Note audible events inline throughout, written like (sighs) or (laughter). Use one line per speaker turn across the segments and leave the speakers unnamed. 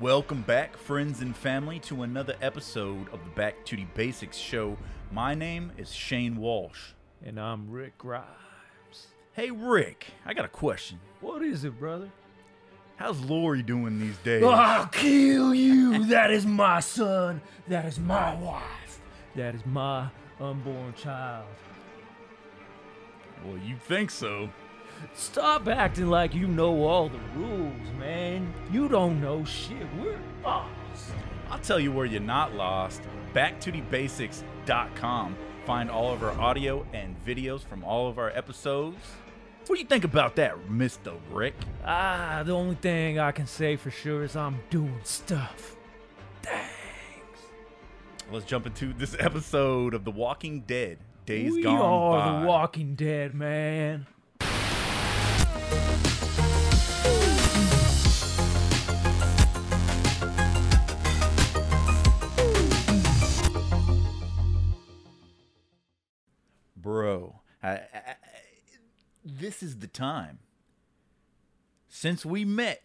Welcome back, friends and family, to another episode of the Back to the Basics show. My name is Shane Walsh.
And I'm Rick Grimes.
Hey, Rick, I got a question.
What is it, brother?
How's Lori doing these
(laughs)
days?
I'll kill you. that is my son. That is my wife. That is my unborn child.
Well, you think so.
Stop acting like you know all the rules, man. You don't know shit. We're lost.
I'll tell you where you're not lost. BackToTheBasics.com. Find all of our audio and videos from all of our episodes. What do you think about that, Mr. Rick?
Ah, the only thing I can say for sure is I'm doing stuff.
Let's jump into this (laughs) episode of The Walking Dead. Days
we
gone
are
by.
the Walking Dead, man.
bro I, I, I- this is the time since we met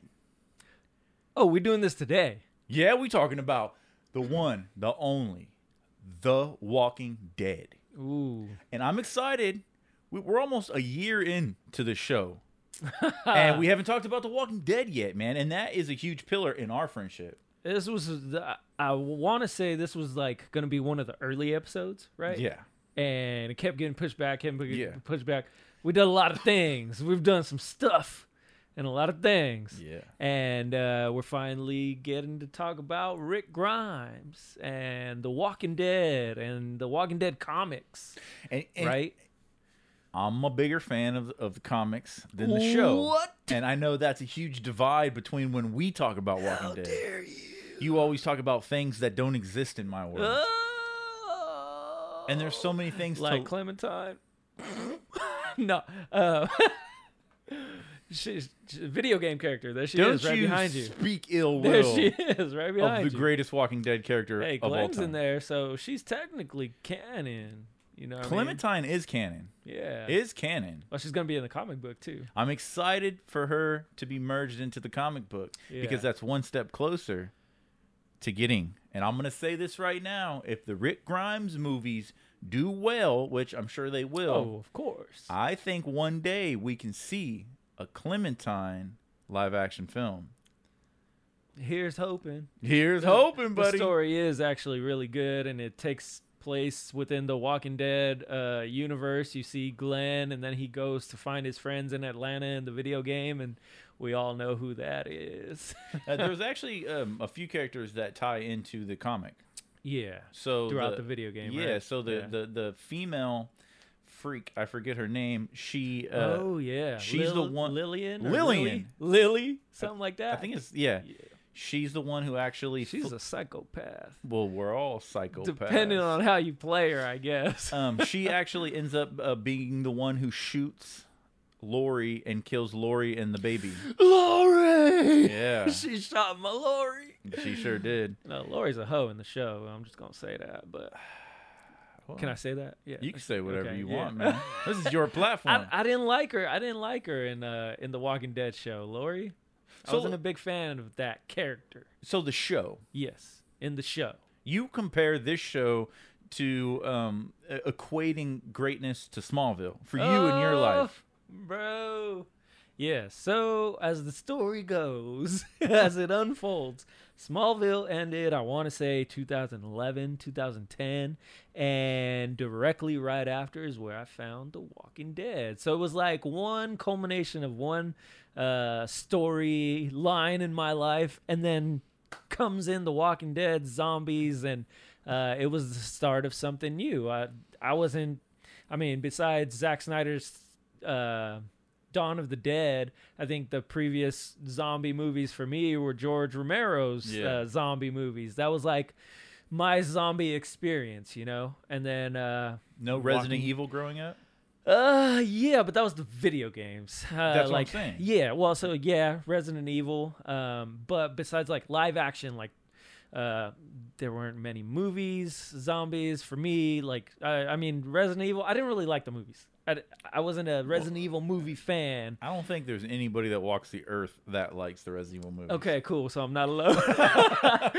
Oh, we're doing this today.
yeah we talking about the one the only the walking dead
Ooh.
and i'm excited we, we're almost a year into the
(laughs)
show and we haven't talked about the walking dead yet man and that is a huge pillar in our friendship
This was the, I want to say this was like going to be one of the early episodes, right?
yeah
And it kept getting pushed back, kept getting
Yeah.
pushed back. We done a lot of things. We've done some stuff and a lot of things.
Yeah.
And uh, we're finally getting to talk about Rick Grimes and The Walking Dead and The Walking Dead comics,
and, and
right?
I'm a bigger fan of, of the comics than the show.
What?
And I know that's a huge divide between when we talk about Walking Dead. you? always talk about things that don't exist in my world.
Oh.
and there's so many things
like
to
Clementine. (laughs) no, uh, (laughs) she's, she's a video game character. There she
don't
is, right
you
behind you. (laughs)
speak ill
There
will
she is, right
of
behind
the
you.
greatest Walking Dead character
hey,
of all
Glenn's
time.
in there, so she's technically canon. You know, what I mean?
Clementine is canon.
yeah.
Is canon.
well, she's gonna be in the comic book too.
I'm excited for her to be merged into the comic book
Yeah.
because that's one step closer to getting. And I'm going to say this right now if the Rick Grimes movies do well, which I'm sure they will,
Oh, of course.
I think one day we can see a Clementine live action film.
Here's hoping.
Here's hoping,
The
buddy.
story is actually really good, and it takes place within the Walking Dead uh, universe. You see Glenn, and then he goes to find his friends in Atlanta in the video game, and we all know who that is. (laughs)
Uh, there's actually um, a few characters that tie into the comic.
yeah,
So
throughout the, video game.
Yeah,
right?
so the,
Yeah.
the, the female freak, I forget her name, she. Uh,
oh yeah,
she's the
Lil-
one-
Lillian, or
Lillian.
Lily, Lily, something like that.
I think it's yeah.
Yeah.
She's the one who actually.
she's
fl-
a (laughs) psychopath.
well, we're all psychopaths.
Depending on how you play her, I
(laughs)
guess.
um, she actually ends up uh, being the one who shoots Lori and kills Lori and the baby.
(laughs) (gasps) Lori,
Yeah,
(laughs) she shot my Lori.
she sure did.
No, Lori's a hoe in the show. I'm just gonna say that.
(sighs)
But can I say that? Yeah,
You can say whatever
Okay,
you
yeah.
want, man. This is your platform.
(laughs) I, I didn't like her. I didn't like her in uh, in the Walking Dead show. Lori, I
So-
wasn't a big fan of that character.
so the show,
Yes, in the show.
you compare this show to um, e- equating greatness to Smallville for you and
Uh,
your life.
bro. Yeah. So as the story goes, (laughs) as it unfolds, Smallville ended. I want to say 2011, 2010, and directly right after is where I found The Walking Dead. So it was like one culmination of one uh, story line in my life, and then comes in The Walking Dead, zombies, and uh, it was the start of something new. I I wasn't. I mean, besides Zack Snyder's uh, Dawn of the Dead, I think the previous zombie movies for me were George Romero's
Yeah.
uh, zombie movies. That was like my zombie experience, you know. And then, uh,
No Resident
Walking-
Evil growing up.
uh, yeah, but that was the video games. Uh,
That's what I'm
like,
saying.
Yeah, well, so yeah, Resident Evil. Um, but besides like live action, like. Uh, there weren't many movies, zombies for me. Like, I, I mean, Resident Evil. I didn't really like the movies. I, I wasn't a Resident Evil movie fan.
I don't think there's anybody that walks the earth that likes the Resident Evil movies.
Okay, cool. So I'm not alone. (laughs)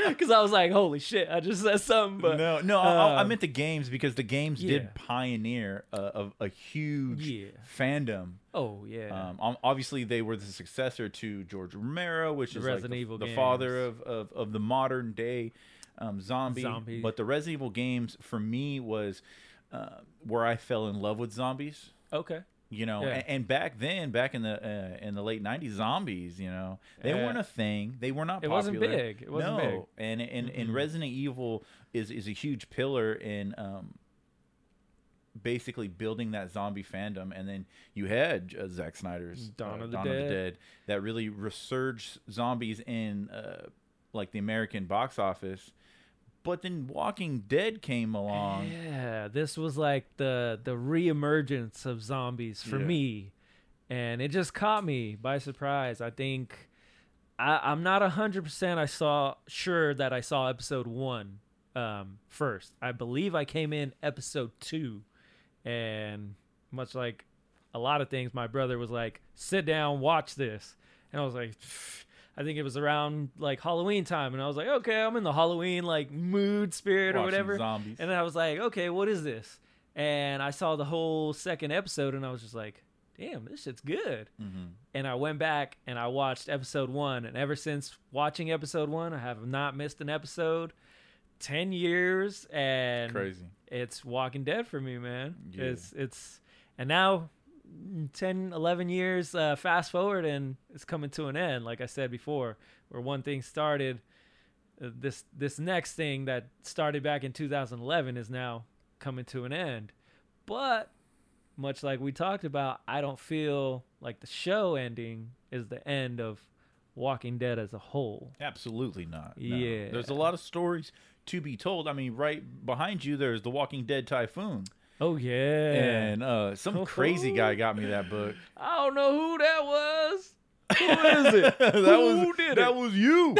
Because I was like, holy shit, I just said something. But
no, no, I, I
um,
meant the games because the games
yeah.
did pioneer a, of a huge
Yeah.
fandom.
Oh, yeah.
Um, um, obviously, they were the successor to George Romero, which
The
is like
Resident
the,
Evil
the father
games.
of, of, of the modern day um, zombie.
Zombie.
But the Resident Evil games for me was uh, where I fell in love with zombies.
okay.
You know,
Yeah.
and, and back then, back in the uh, in the late '90s, zombies. You know, they
Yeah.
weren't a thing. They were not.
It wasn't
popular.
big. It wasn't
no.
big.
and and and
Mm-mm.
Resident Evil is is a huge pillar in um, basically building that zombie fandom. And then you had uh, Zack Snyder's
Dawn
uh,
of the Dead.
that really resurged zombies in uh, like the American box office. But then Walking Dead came along.
Yeah, this was like the the reemergence of zombies for
Yeah.
me, and it just caught me by surprise. I think I, I'm not hundred percent. I saw sure that I saw episode one um, first. I believe I came in episode two, and much like a lot of things, my brother was like, "Sit down, watch this," and I was like. (sighs) I think it was around like Halloween time, and I was like, okay, I'm in the Halloween like mood, spirit, or
watching
whatever.
Zombies.
And then I was like, okay, what is this? And I saw the whole second episode and I was just like, damn, this shit's good.
Mhm.
And I went back and I watched episode one. And ever since watching episode one, I have not missed an episode. 10 years and
Crazy.
it's Walking Dead for me, man.
Yeah.
It's, it's, and now mm, 10, 11 years uh, fast forward and it's coming to an end. Like I said before, where one thing started, uh, this this next thing that started back in 2011 is now coming to an end. But much like we talked about, I don't feel like the show ending is the end of Walking Dead as a whole.
Absolutely not. no.
Yeah.
There's a lot of stories to be told. I mean, right behind you, there's The Walking Dead Typhoon.
Oh yeah,
And uh,
(laughs)
some crazy guy got me that book.
I don't know who that was. (laughs) Who is
(laughs)
it?
that
Who
was
did
that
it?
was
(laughs)
you.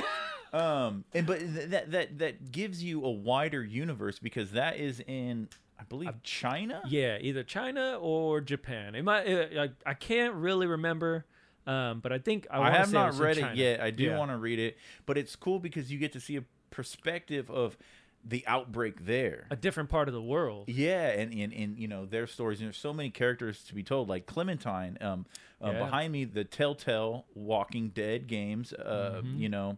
um, and but th- that that that gives you a wider universe because that is in I believe China.
Yeah, either China or Japan. It might. It, I, I can't really remember, um, but I think I,
I,
wanna
have
say
not
was in
read it
China.
yet. I do
Yeah.
want to read it, but it's cool because you get to see a perspective of the outbreak there.
A different part of the world.
Yeah, and, and and you know their stories, and there's so many characters to be told. Like Clementine, um, uh,
Yeah.
behind me, the Telltale Walking Dead games. Uh,
Mm-hmm.
You know,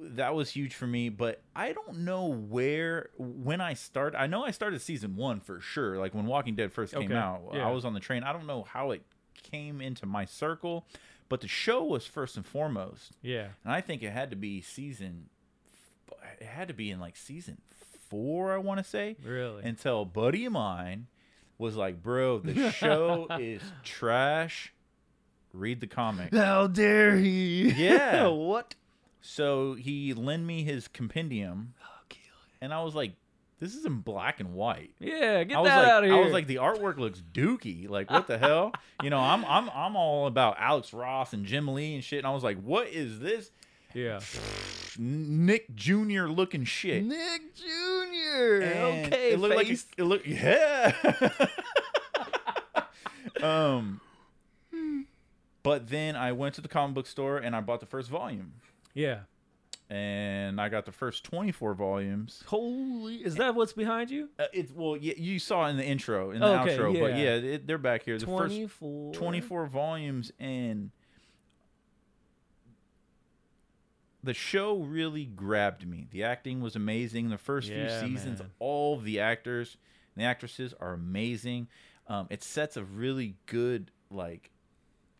that was huge for me. But I don't know where when I started. I know I started season one for sure. Like when Walking Dead first came
Okay,
out,
yeah.
I was on the train. I don't know how it came into my circle, but the show was first and foremost,
Yeah.
and I think it had to be season. f- It had to be in like season four, I want to say
Really.
until a buddy of mine was like, "Bro, the
(laughs)
show is trash. Read the comic."
How dare he?
(laughs) Yeah.
what?
So he lent me his compendium, and I was like, "This is in black and white."
Yeah, get
I was
that
like,
out of here.
I was like, the artwork looks dookie. Like, what the hell? You know, I'm I'm I'm all about Alex Ross and Jim Lee and shit. And I was like, what is this
yeah.
Nick Jr. looking shit?
Nick Jr.
And
okay,
it looked
face.
like a, it looked yeah. (laughs) um, but then I went to the comic book store and I bought the first volume,
yeah.
and I got the first twenty four volumes.
Holy, is that what's behind you?
Uh, it's well, yeah, you saw in the intro, in the
Okay,
outro, but
yeah.
yeah, it, they're back here. The first
24.
twenty four volumes and. The show really grabbed me. The acting was amazing. The first
Yeah,
few seasons,
man.
all of the actors and the actresses are amazing. Um, it sets a really good like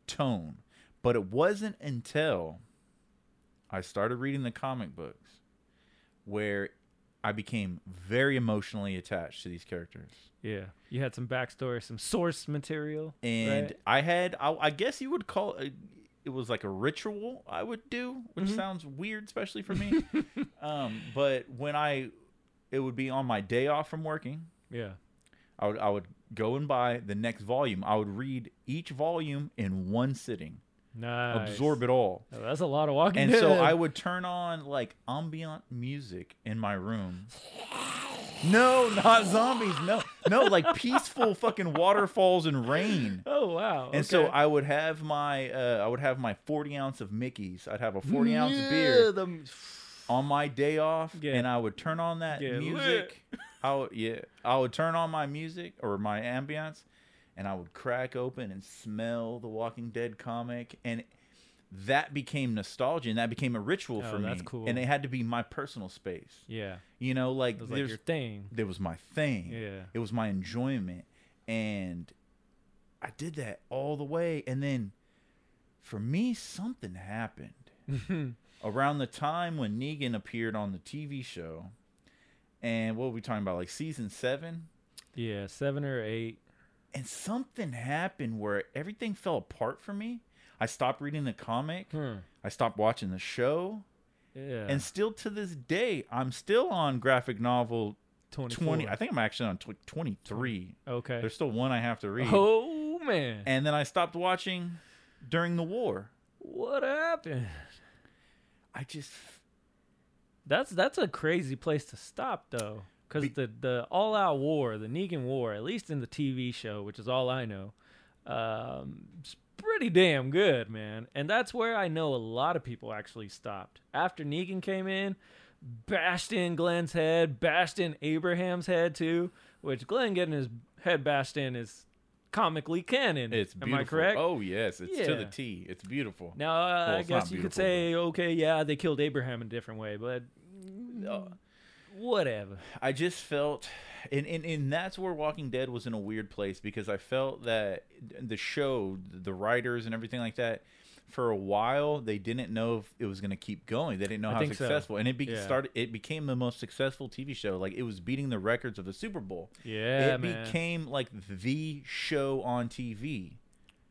tone, but it wasn't until I started reading the comic books where I became very emotionally attached to these characters.
Yeah. You had some backstory, some source material.
And
Right.
I had, I, I guess you would call it, it was like a ritual I would do, which
Mhm.
sounds weird, especially for
(laughs)
me. um, but when I, it would be on my day off from working,
yeah.
I would I would go and buy the next volume. I would read each volume in one sitting,
Nice.
absorb it all.
Oh, that's a lot of walking.
And so
Dead.
I would turn on like ambient music in my room. No, not zombies. No, no, like peaceful fucking waterfalls and rain.
Oh wow.
And so
okay.
I would have my uh, I would have my forty ounce of Mickey's. I'd have a forty ounce beer
Yeah, the-
on my day off,
Get-
and I would turn on that
get
music. I would, yeah, I would turn on my music or my ambience, and I would crack open and smell the Walking Dead comic, and that became nostalgia, and that became a ritual
Oh,
for me.
that's cool.
And it had to be my personal space.
Yeah.
You know, like
It was like
there's
your thing.
there was my thing.
Yeah.
It was my enjoyment. And I did that all the way. And then for me, something
(laughs)
happened around the time when Negan appeared on the TV show. And what were we talking about? Like season seven?
yeah, seven or eight.
And something happened where everything fell apart for me. I stopped reading the comic.
Hmm.
I stopped watching the show.
Yeah.
And still to this day, I'm still on graphic novel 20 i
24.
think i'm actually on tw- 23
Okay.
there's still one i have to read
Oh man.
and then i stopped watching during the war
what happened?
i just
That's that's a crazy place to stop though, because
Be-
the the all out war, the Negan war, at least in the TV show, which is all I know, um, it's pretty damn good, man. And that's where I know a lot of people actually stopped after Negan came in, bashed in Glenn's head, bashed in Abraham's head too, which Glenn getting his head bashed in is comically canon.
it's beautiful
Am I correct?
oh yes it's to the
Yeah.
t it's beautiful
Now, uh,
Well,
I
it's not
guess you could
beautiful,
say, okay, yeah, they killed Abraham in a different way, but
Uh,
whatever.
i just felt and, and and that's where walking dead was in a weird place because i felt that the show the writers and everything like that for a while they didn't know if it was going to keep going they didn't know
I
how
think so.
successful and it be-
Yeah.
started it became the most successful tv show like it was beating the records of the super bowl
Yeah,
it
man.
became like the show on TV.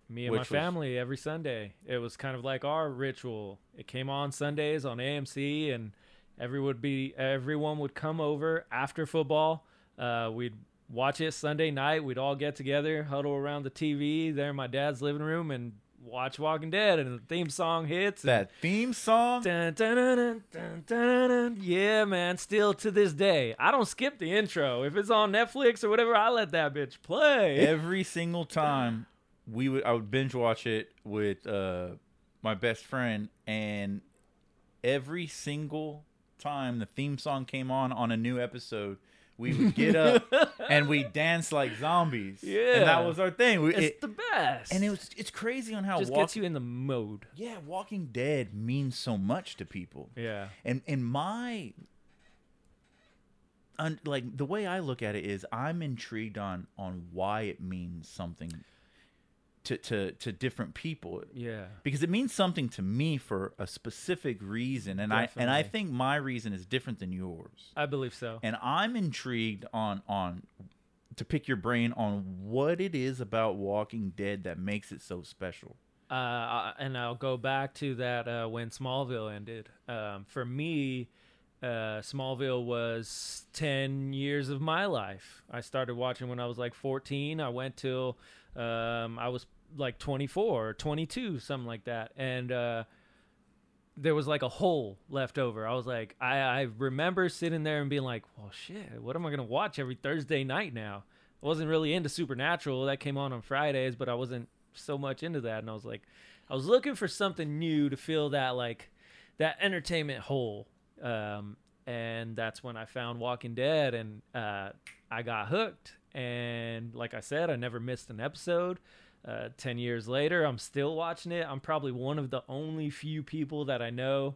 Me and
which
my
was-
family every Sunday. It was kind of like our ritual. It came on Sundays on AMC, and everyone would be everyone would come over after football. Uh, we'd watch it Sunday night. We'd all get together, huddle around the TV there in my dad's living room, and watch Walking Dead. And the theme song hits. and-
That theme song.
Dun, dun, dun, dun, dun, dun, dun. Yeah, man. Still to this day, I don't skip the intro. If it's on Netflix or whatever, I let that bitch play.
Every single time we would, I would binge watch it with uh, my best friend, and every single time the theme song came on on a new episode, we would get up
(laughs)
and we dance like zombies. and
Yeah.
that was our thing. We,
It's
it,
the best.
and it was it's crazy on how
just
walk,
gets you in the mode.
yeah, Walking Dead means so much to people.
Yeah.
and and my un, like the way I look at it is I'm intrigued on on why it means something to to to different people
Yeah.
because it means something to me for a specific reason and I and I
Definitely.
think my reason is different than yours
I believe so.
and I'm intrigued on on to pick your brain on what it is about Walking Dead that makes it so special
uh, I- and I'll go back to that uh, when Smallville ended. Um, for me, uh, Smallville was 10 years of my life. I started watching when I was like 14. I went till um, I was like 24 or 22, something like that. And uh, there was like a hole left over. I was like, I, I remember sitting there and being like, well, shit, what am I going to watch every Thursday night now? I wasn't really into Supernatural. That came on on Fridays, but I wasn't so much into that. And I was like, I was looking for something new to fill that, like, that entertainment hole. Um, and that's when I found Walking Dead and uh, I got hooked. And like I said, I never missed an episode. Uh, 10 years later, I'm still watching it. I'm probably one of the only few people that I know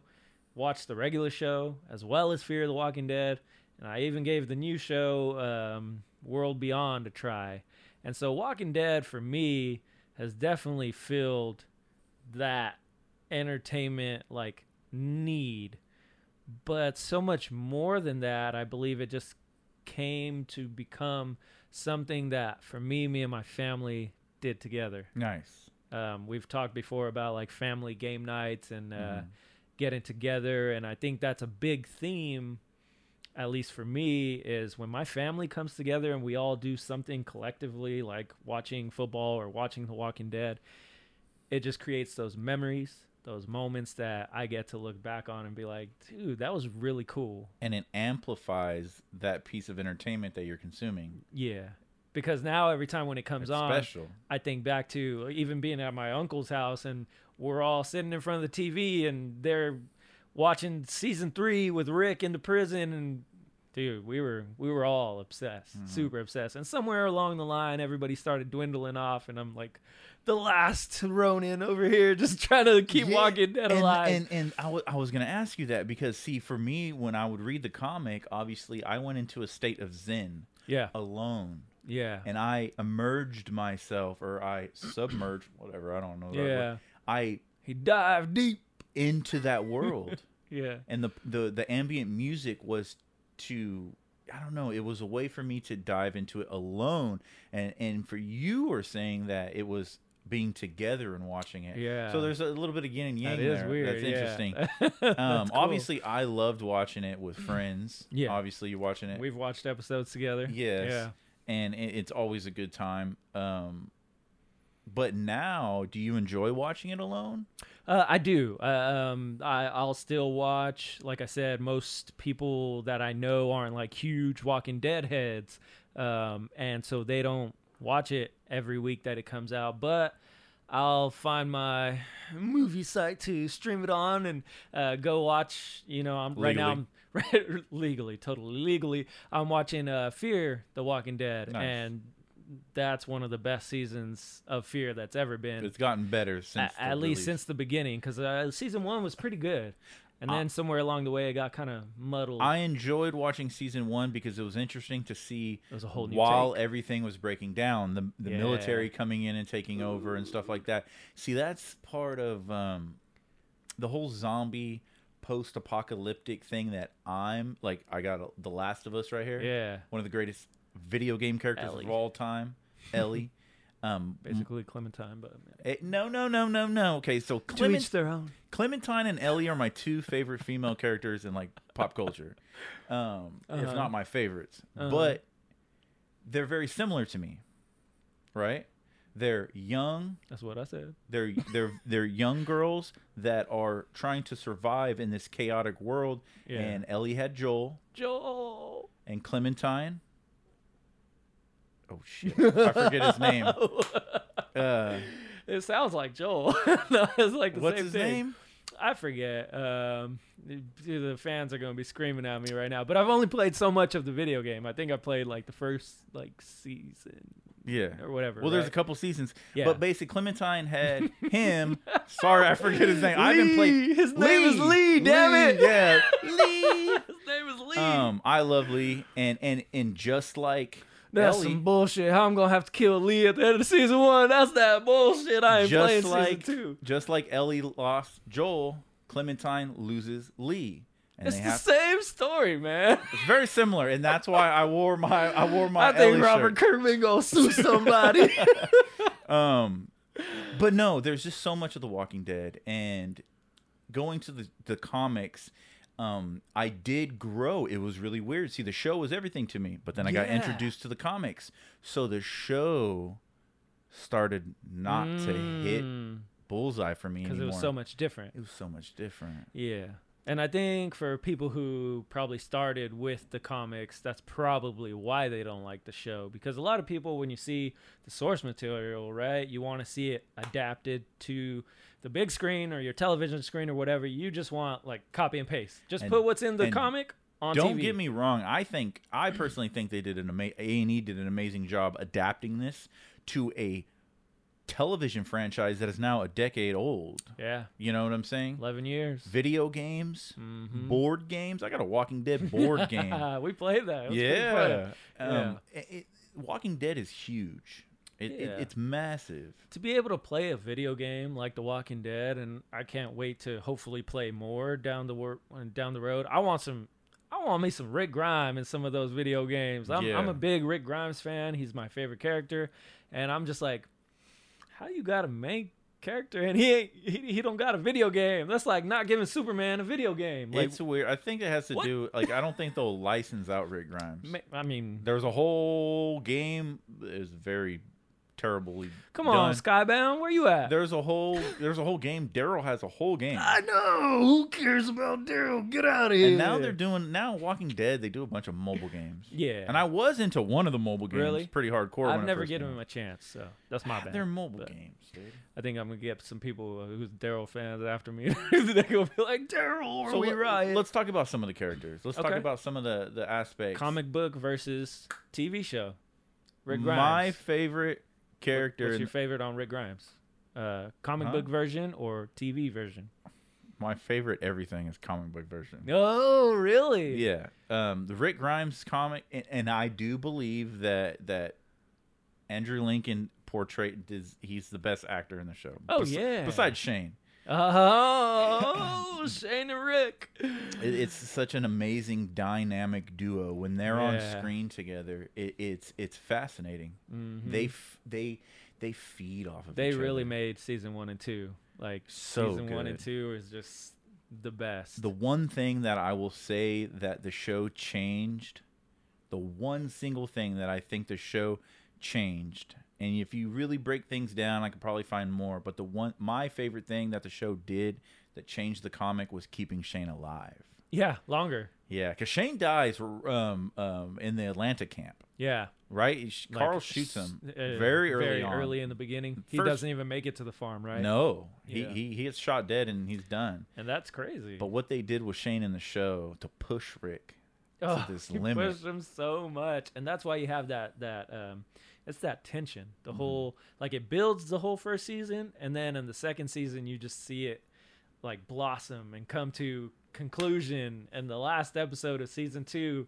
watch the regular show as well as Fear of the Walking Dead. And I even gave the new show, um, World Beyond, a try. And so Walking Dead for me has definitely filled that entertainment like need. But so much more than that, I believe it just came to become something that for me, me and my family did together
nice
um, we've talked before about like family game nights and uh, getting together and i think that's a big theme at least for me is when my family comes together and we all do something collectively like watching football or watching the walking dead it just creates those memories those moments that i get to look back on and be like dude that was really cool
and it amplifies that piece of entertainment that you're consuming
yeah because now every time when it comes
It's
on,
special.
I think back to even being at my uncle's house and we're all sitting in front of the TV and they're watching season three with Rick into prison and dude, we were we were all obsessed,
Mm-hmm.
super obsessed. And somewhere along the line everybody started dwindling off and I'm like the last Ronin over here just (laughs) trying to keep
Yeah,
walking dead
and,
alive.
And and I wa- I was gonna ask you that because see, for me, when I would read the comic, obviously I went into a state of zen
yeah.
alone,
Yeah.
and I emerged myself or I submerged, whatever. I don't know. That word.
Yeah.
I
He dived deep.
into that world, (laughs)
Yeah.
and the the the ambient music was to. I don't know. It was a way for me to dive into it alone, and and for you were saying that it was being together and watching it.
Yeah.
So there's a little bit of yin and yang
That is
there.
weird.
That's
(laughs)
interesting.
yeah.
Um,
That's cool.
obviously, I loved watching it with friends.
(clears throat) Yeah.
obviously, you're watching it.
we've watched episodes together.
yes,
Yeah.
and it, it's always a good time. Um, but now, do you enjoy watching it alone?
Uh, I do. Uh, um, I, I'll still watch. Like I said, most people that I know aren't like huge Walking Dead heads, um, and so they don't watch it every week that it comes out. But I'll find my movie site to stream it on and uh, go watch. You know, I'm right now. I'm (laughs) legally, totally legally. I'm watching uh, Fear the Walking Dead,
Nice.
and that's one of the best seasons of Fear that's ever been
It's gotten better since
at, at
the
least
release.
since the beginning because uh, season one was pretty good and then somewhere along the way it got kind of muddled
I enjoyed watching season one because it was interesting to see
It was a whole new
while everything was breaking down, the the
Yeah.
military coming in and taking over and stuff like that. See, that's part of um, the whole zombie post apocalyptic thing that I'm like. I got a, the Last of Us right here.
yeah
one of the greatest video game characters
Ellie.
of all time,
(laughs)
Ellie. um,
basically clementine but yeah.
eh, no, no, no, no, no. Okay, so
to
Clement,
each their own
Clementine and Ellie are my two favorite female characters in like pop culture, um, if
Uh-huh.
not my favorites.
Uh-huh.
But they're very similar to me, right? They're young.
that's what i said
They're they're they're young girls that are trying to survive in this chaotic world.
Yeah.
And Ellie had Joel
joel
and Clementine. Oh
(laughs)
shit! I forget his name. Uh,
it sounds like joel (laughs) no, it's like the
what's
same
his
thing
name?
i forget um the the fans are gonna be screaming at me right now but i've only played so much of the video game i think i played like the first like season
Yeah.
or whatever
Well, there's a
right?
couple seasons,
Yeah.
but basically Clementine
(laughs)
had him. Sorry, I forget his name. I haven't
Lee.
played.
His name is Lee, damn it.
Yeah, Lee.
(laughs) his name is (laughs) lee
Um, I love Lee, and and and just like
That's
Ellie,
some bullshit. How I'm gonna have to kill Lee at the end of season one? That's that bullshit. I ain't playing
just like
season two.
just like Ellie lost Joel, Clementine loses Lee, and
It's
they
the
have
same story, man.
it's very similar, and that's why I wore my I wore my
(laughs) I think
Ellie
Robert
shirt.
Kirkman
(laughs)
gonna sue somebody.
Um, but no, there's just so much of The Walking Dead, and going to the the comics, um, I did grow. It was really weird. See, the show was everything to me, but then I got
Yeah.
introduced to the comics, so the show started not to hit bullseye for me
because
anymore.
Mm. it was so much different.
It was so much different.
Yeah, and I think for people who probably started with the comics, that's probably why they don't like the show. Because a lot of people, when you see the source material, right, you want to see it adapted to the big screen or your television screen or whatever. You just want like copy and paste. Just
And-
put what's in the
and
comic on
Don't
TV.
get me wrong. I think I personally think they did an ama- A and E did an amazing job adapting this to a television franchise that is now a decade old.
Yeah,
You know what I'm saying?
eleven years.
Video games,
Mhm.
board games. I got a Walking Dead
(laughs)
board game.
we played that. It was pretty
yeah.
fun.
Um, it- it- Walking Dead is huge. It, it-
Yeah.
it's massive.
to be able to play a video game like The Walking Dead, and I can't wait to hopefully play more down the wor- down the road. I want some. I want me some Rick Grimes in some of those video games. I'm, I'm
Yeah.
a big Rick Grimes fan. He's my favorite character, and I'm just like, how you got a main character and he ain't he, he don't got a video game? That's like not giving Superman a video game. Like,
it's weird. I think it has to
What?
do like I don't think they'll license out Rick Grimes.
ma- I mean,
There was a whole game. It was very terribly.
Come
done.
on, Skybound, where you at?
There's a whole there's a whole game. Daryl has a whole game.
know. Who cares about Daryl? Get out of here.
And now they're doing now Walking Dead. They do a bunch of mobile games.
Yeah.
And I was into one of the mobile games.
Really?
Pretty hardcore.
I've
when I
never
first
given
came
him a chance, so that's my
out. (sighs)
bad.
They're mobile
But
games, dude.
I think I'm gonna get some people who's Daryl fans after me. (laughs) They're gonna be like, Daryl, are we
let-
right?
Let's talk about some of the characters. Let's talk
Okay.
about some of the the aspects.
comic book versus TV show. Rick Grimes.
My
What-
favorite character.
What's
in-
your favorite on Rick Grimes? Uh, comic
Huh?
book version or TV version?
my favorite everything is comic book version.
Oh, really?
Yeah. Um, the Rick Grimes comic, and, and I do believe that that Andrew Lincoln portrayed is he's the best actor in the show.
Oh, yeah.
Besides Shane,
(laughs) Oh, Shane and Rick.
it, it's such an amazing dynamic duo when they're
Yeah.
on screen together. It, it's it's fascinating.
Mhm.
They f- they they feed off of.
they
each
really
other.
made season one and two like
So
season one and
good.
two is just the best.
The one thing that I will say that the show changed, the one single thing that I think the show changed, and if you really break things down, I could probably find more, but the one my favorite thing that the show did that changed the comic was keeping Shane alive.
yeah, longer.
Yeah, because Shane dies um, um, in the Atlanta camp,
Yeah,
right? Sh-
like,
Carl shoots him
s- uh,
very early
very
on.
early in the beginning. He does
First-
doesn't even make it to the farm, right?
No,
Yeah.
he, he he gets shot dead and he's done.
and that's crazy.
But what they did with Shane in the show to push Rick
Oh, (laughs)
this
he
limit.
pushed him so much, and that's why you have that that um, it's that tension. The
Mm-hmm.
whole like it builds the whole first season, and then in the second season you just see it like blossom and come to conclusion. And the last episode of season two,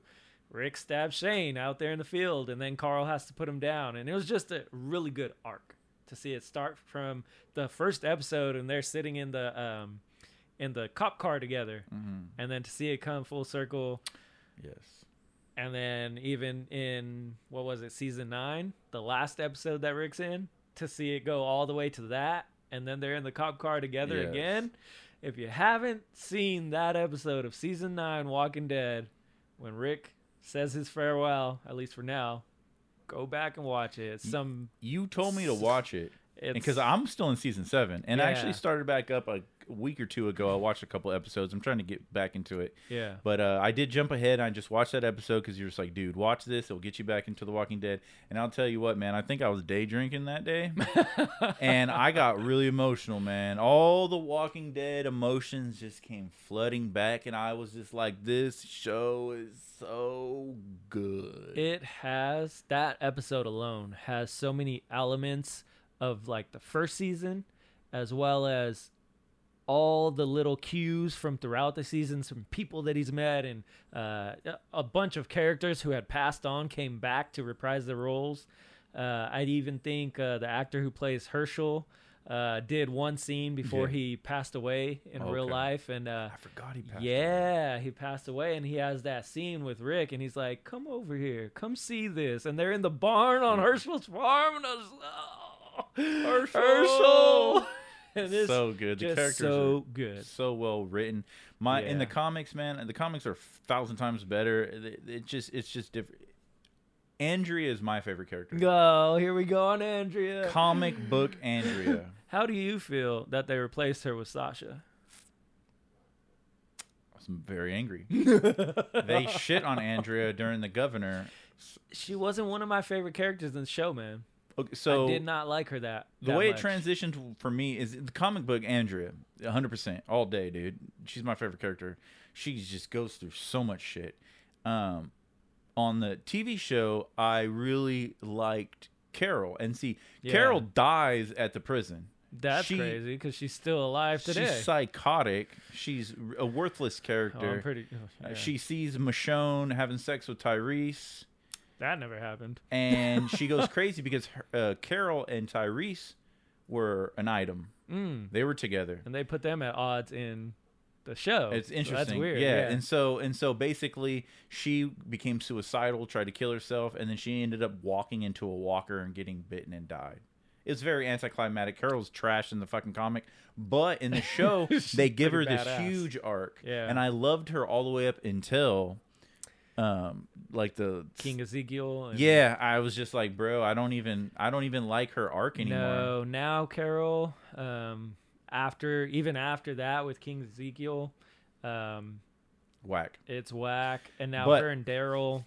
Rick stabs Shane out there in the field, and then Carl has to put him down. And it was just a really good arc to see it start from the first episode, and they're sitting in the um, in the cop car together,
Mm-hmm.
and then to see it come full circle.
Yes.
And then even in what was it, season nine, the last episode that Rick's in, to see it go all the way to that, and then they're in the cop car together
Yes.
again. If you haven't seen that episode of season nine, Walking Dead, when Rick says his farewell, at least for now, go back and watch it. It's some
You told me to watch it
it's
because I'm still in season seven, and I
Yeah.
actually started back up a week or two ago. I watched a couple episodes. I'm trying to get back into it,
yeah.
but uh, I did jump ahead. And I just watched that episode because you're just like, dude, watch this. It'll get you back into The Walking Dead. And I'll tell you what, man, I think I was day drinking that
(laughs)
day, and I got really emotional, man. All the Walking Dead emotions just came flooding back, and I was just like, this show is so good.
It has that episode alone has so many elements of like the first season, as well as all the little cues from throughout the season, some people that he's met, and uh, a bunch of characters who had passed on came back to reprise their roles. Uh, I'd even think uh, the actor who plays Herschel uh, did one scene before
Yeah.
he passed away in real
Okay.
life, and uh,
I forgot he passed. away.
yeah, he passed away, and he has that scene with Rick, and he's like, "Come over here, come see this." And they're in the barn on Herschel's farm, and I was, oh,
Herschel!
Herschel, (laughs) and it's
so good. The
just
characters
so
are
good.
so well written. My in the
Yeah.
comics, man, the comics are thousand times better. It, it just it's just different. Andrea is my favorite character.
Go, here we go on Andrea.
Comic book Andrea.
How do you feel that they replaced her with Sasha?
I'm very angry. They shit on Andrea during the governor.
she wasn't one of my favorite characters in the show, man.
Okay, so
I did not like her that.
the
that
way
much.
it transitioned for me is the comic book Andrea, 100% all day, dude. She's my favorite character. She just goes through so much shit. Um, on the TV show, I really liked Carol, and see,
Yeah.
Carol dies at the prison.
That's
she-
crazy because she's still alive today.
She's psychotic. She's a worthless
Oh, I'm
character.
pretty. oh,
Uh,
yeah.
She sees Michonne having sex with Tyrese,
that never happened.
and she
(laughs)
goes crazy because her, uh, Carol and Tyrese were an item.
Mm.
They were together.
and they put them at odds in the show.
It's
So
interesting.
that's weird.
Yeah.
(laughs)
And so and so basically she became suicidal, tried to kill herself, and then she ended up walking into a walker and getting bitten and died. It's very anticlimactic. Carol's trash in the fucking comic, but
(laughs)
in the show
She's
they give her
pretty
this
badass.
huge arc.
Yeah.
And I loved her all the way up until um, like the
King Ezekiel. and-
Yeah, I was just like, bro, I don't even, I don't even like her arc anymore.
No, now Carol. Um, after even after that with King Ezekiel, um,
Whack.
it's whack. And now
But-
her and Daryl.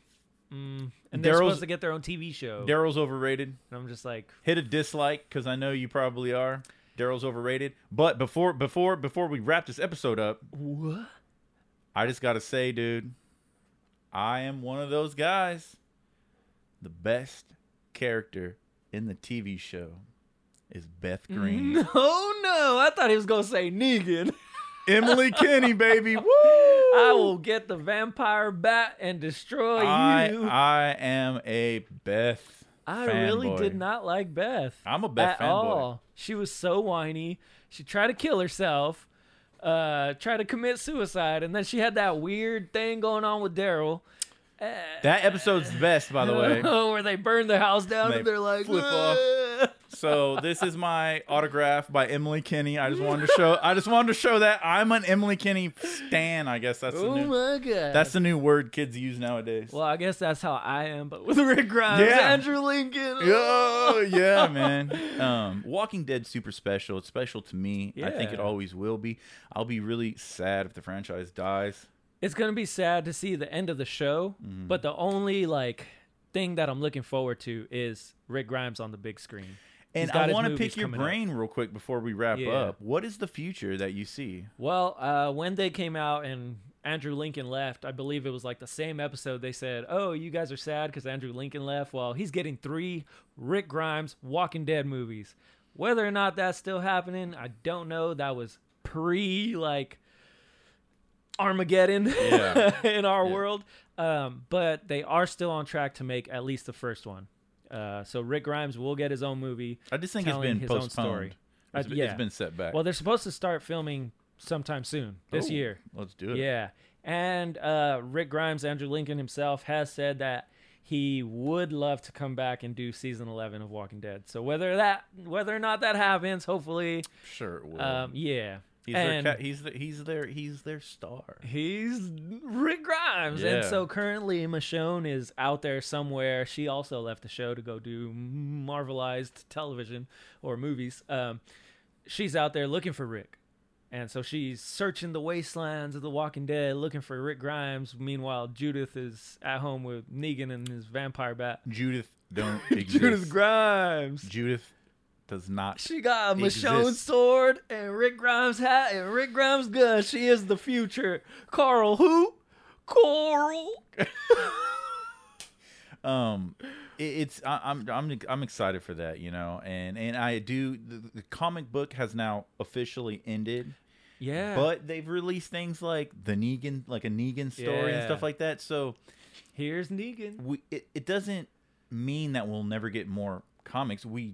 Mm, and they're
Daryl's-
supposed to get their own TV show.
Daryl's overrated.
and I'm just like,
Hit a dislike because I know you probably are. Daryl's overrated. But before, before, before we wrap this episode up,
what?
I just gotta say, dude, I am one of those guys. The best character in the TV show is
(laughs)
Beth Green.
(laughs) No, no. I thought he was gonna say Negan.
Emily Kenny,
(laughs)
baby. Woo!
I will get the vampire bat and destroy
I,
you.
I am a Beth.
I really did
fanboy.
not like Beth.
I'm a Beth
at
fanboy.
all. She was so whiny. She tried to kill herself, uh, tried to commit suicide, and then she had that weird thing going on with Daryl.
That episode's best, by the way.
(laughs) where they burn the house down
They
and, they're like,
flip off.
(laughs)
So this is my autograph by Emily Kenny. I just wanted to show. I just wanted to show that I'm an Emily Kenny stan. I guess that's the
oh
new.
my god.
That's the new word kids use nowadays.
well, I guess that's how I am, but with (laughs) Rick Grimes,
Yeah.
Andrew Lincoln.
Oh yeah, man. Um, Walking Dead super special. It's special to me. I think it
Yeah.
always will be. I'll be really sad if the franchise dies.
it's gonna be sad to see the end of the show,
Mm-hmm.
but the only like thing that I'm looking forward to is Rick Grimes on the big screen.
And
got
I
his
want to
movies
pick your
coming up.
brain real quick before we wrap
Yeah.
up. What is the future that you see?
Well, uh, when they came out and Andrew Lincoln left, I believe it was like the same episode. They said, "Oh, you guys are sad because Andrew Lincoln left." Well, he's getting three Rick Grimes Walking Dead movies. Whether or not that's still happening, I don't know. That was pre like Armageddon
Yeah.
(laughs) in our
Yeah.
world, um, but they are still on track to make at least the first one. Uh, so Rick Grimes will get his own movie.
I just think it's
Telling
been
his own
postponed.
story. Uh,
It's been-
yeah.
it's been set back.
Well, they're supposed to start filming sometime soon this
Oh,
year.
Let's do it.
Yeah. And uh, Rick Grimes, Andrew Lincoln himself, has said that he would love to come back and do season 11 of Walking Dead. So whether that whether or not that happens, hopefully,
Sure it will.
um, yeah.
he's,
and
their, ca- he's, the, he's, their, he's their star.
he's Rick Grimes. And
Yeah.
so currently Michonne is out there somewhere. She also left the show to go do marvelized television or movies. Um, she's out there looking for Rick. And so she's searching the wastelands of The Walking Dead looking for Rick Grimes. Meanwhile, Judith is at home with Negan and his vampire bat.
(laughs) Judith don't exist.
(laughs) Judith Grimes.
Judith does not.
She got a Michonne
Exists.
sword and Rick Grimes hat and Rick Grimes gun. She is the future. Carl who? Coral.
um it, it's I, I'm I'm I'm excited for that, you know. And and I do the, the comic book has now officially ended,
(laughs) Yeah.
but they've released things like the Negan like a Negan story and
Yeah.
stuff like that. So
here's Negan.
we it, it doesn't mean that we'll never get more comics. We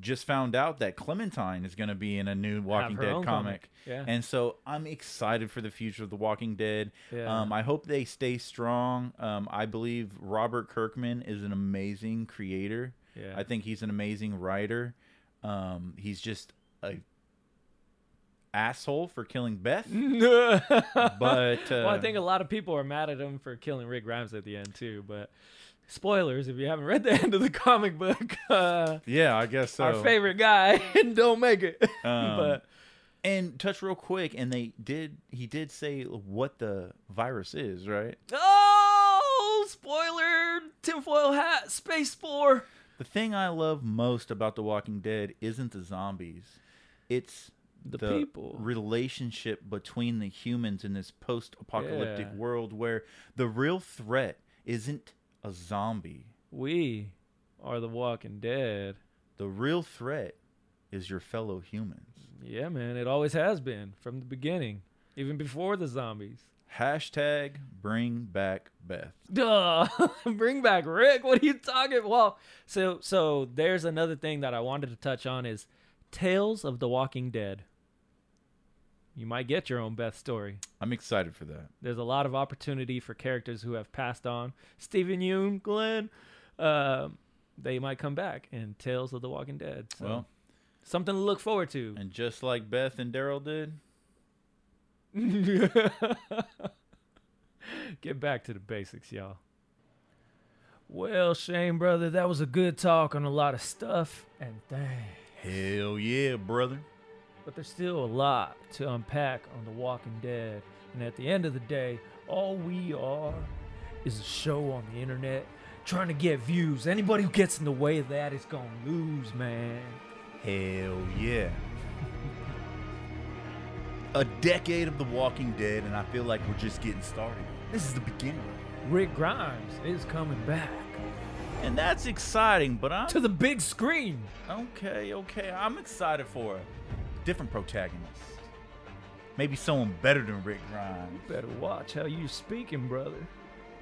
just found out that Clementine is going to be in a new Walking
her
Dead
own
comic.
comic. Yeah. (laughs)
And so I'm excited for the future of The Walking Dead.
Yeah.
Um, I hope they stay strong. Um, I believe Robert Kirkman is an amazing creator.
Yeah. (laughs)
I think he's an amazing writer. Um, he's just a asshole for killing Beth.
Mm. but well, I
uh,
think a lot of people are mad at him for killing Rick Grimes at the end too. But spoilers if you haven't read the (laughs) end of the comic book. (laughs) Uh,
Yeah, I guess so.
Our favorite guy (laughs) don't make it.
Um,
but
And touch real quick, and they did. He did say what the virus is, right?
oh, spoiler! Tinfoil hat, space spore.
The thing I love most about The Walking Dead isn't the zombies; it's
The people.
relationship between the humans in this post-apocalyptic
Yeah.
world, where the real threat isn't a zombie.
We are the Walking Dead.
The real threat is your fellow humans.
Yeah, man, it always has been from the beginning, even before the zombies.
Hashtag Bring Back Beth.
Duh. (laughs) Bring back Rick. What are you talking? Well, so so there's another thing that I wanted to touch on is Tales of the Walking Dead. You might get your own Beth story.
I'm excited for that.
There's a lot of opportunity for characters who have passed on. Stephen Yoon, Glenn, um, they might come back in Tales of the Walking Dead. So
Well,
something to look forward to.
and just like Beth and Daryl did,
(laughs) Get back to the basics, y'all. Well, Shane, brother, that was a good talk on a lot of stuff, and dang,
Hell yeah, brother.
but there's still a lot to unpack on The Walking Dead. And at the end of the day, all we are is a show on the internet trying to get views. Anybody who gets in the way of that is gonna lose, man.
Hell yeah. a decade of The Walking Dead, and I feel like we're just getting started. This is the beginning.
Rick Grimes is coming back
And that's exciting, but I'm.
to the big screen.
Okay, okay. I'm excited for a different protagonist. Maybe someone better than Rick Grimes.
Better watch how you speaking, brother.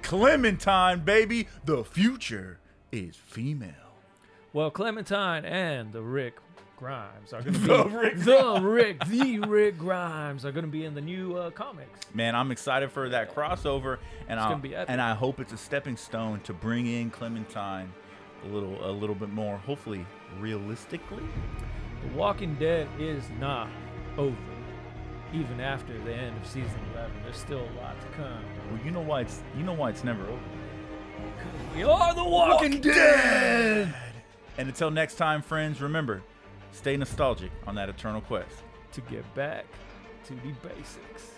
Clementine, baby, the future is female.
Well, Clementine and the Rick Grimes
(laughs)
are gonna be
The Rick
the Rick, the Rick Grimes are gonna be in the new uh, comics.
Man, I'm excited for that crossover, and I
gonna be epic.
and I hope it's a stepping stone to bring in Clementine a little a little bit more, hopefully realistically.
The Walking Dead is not over. Even after the end of season 11, there's still a lot to come.
Well, you know why it's you know why it's never over.
Because we are the Walking, Dead!
And until next time, friends, remember, stay nostalgic on that eternal quest.
To get back to the basics.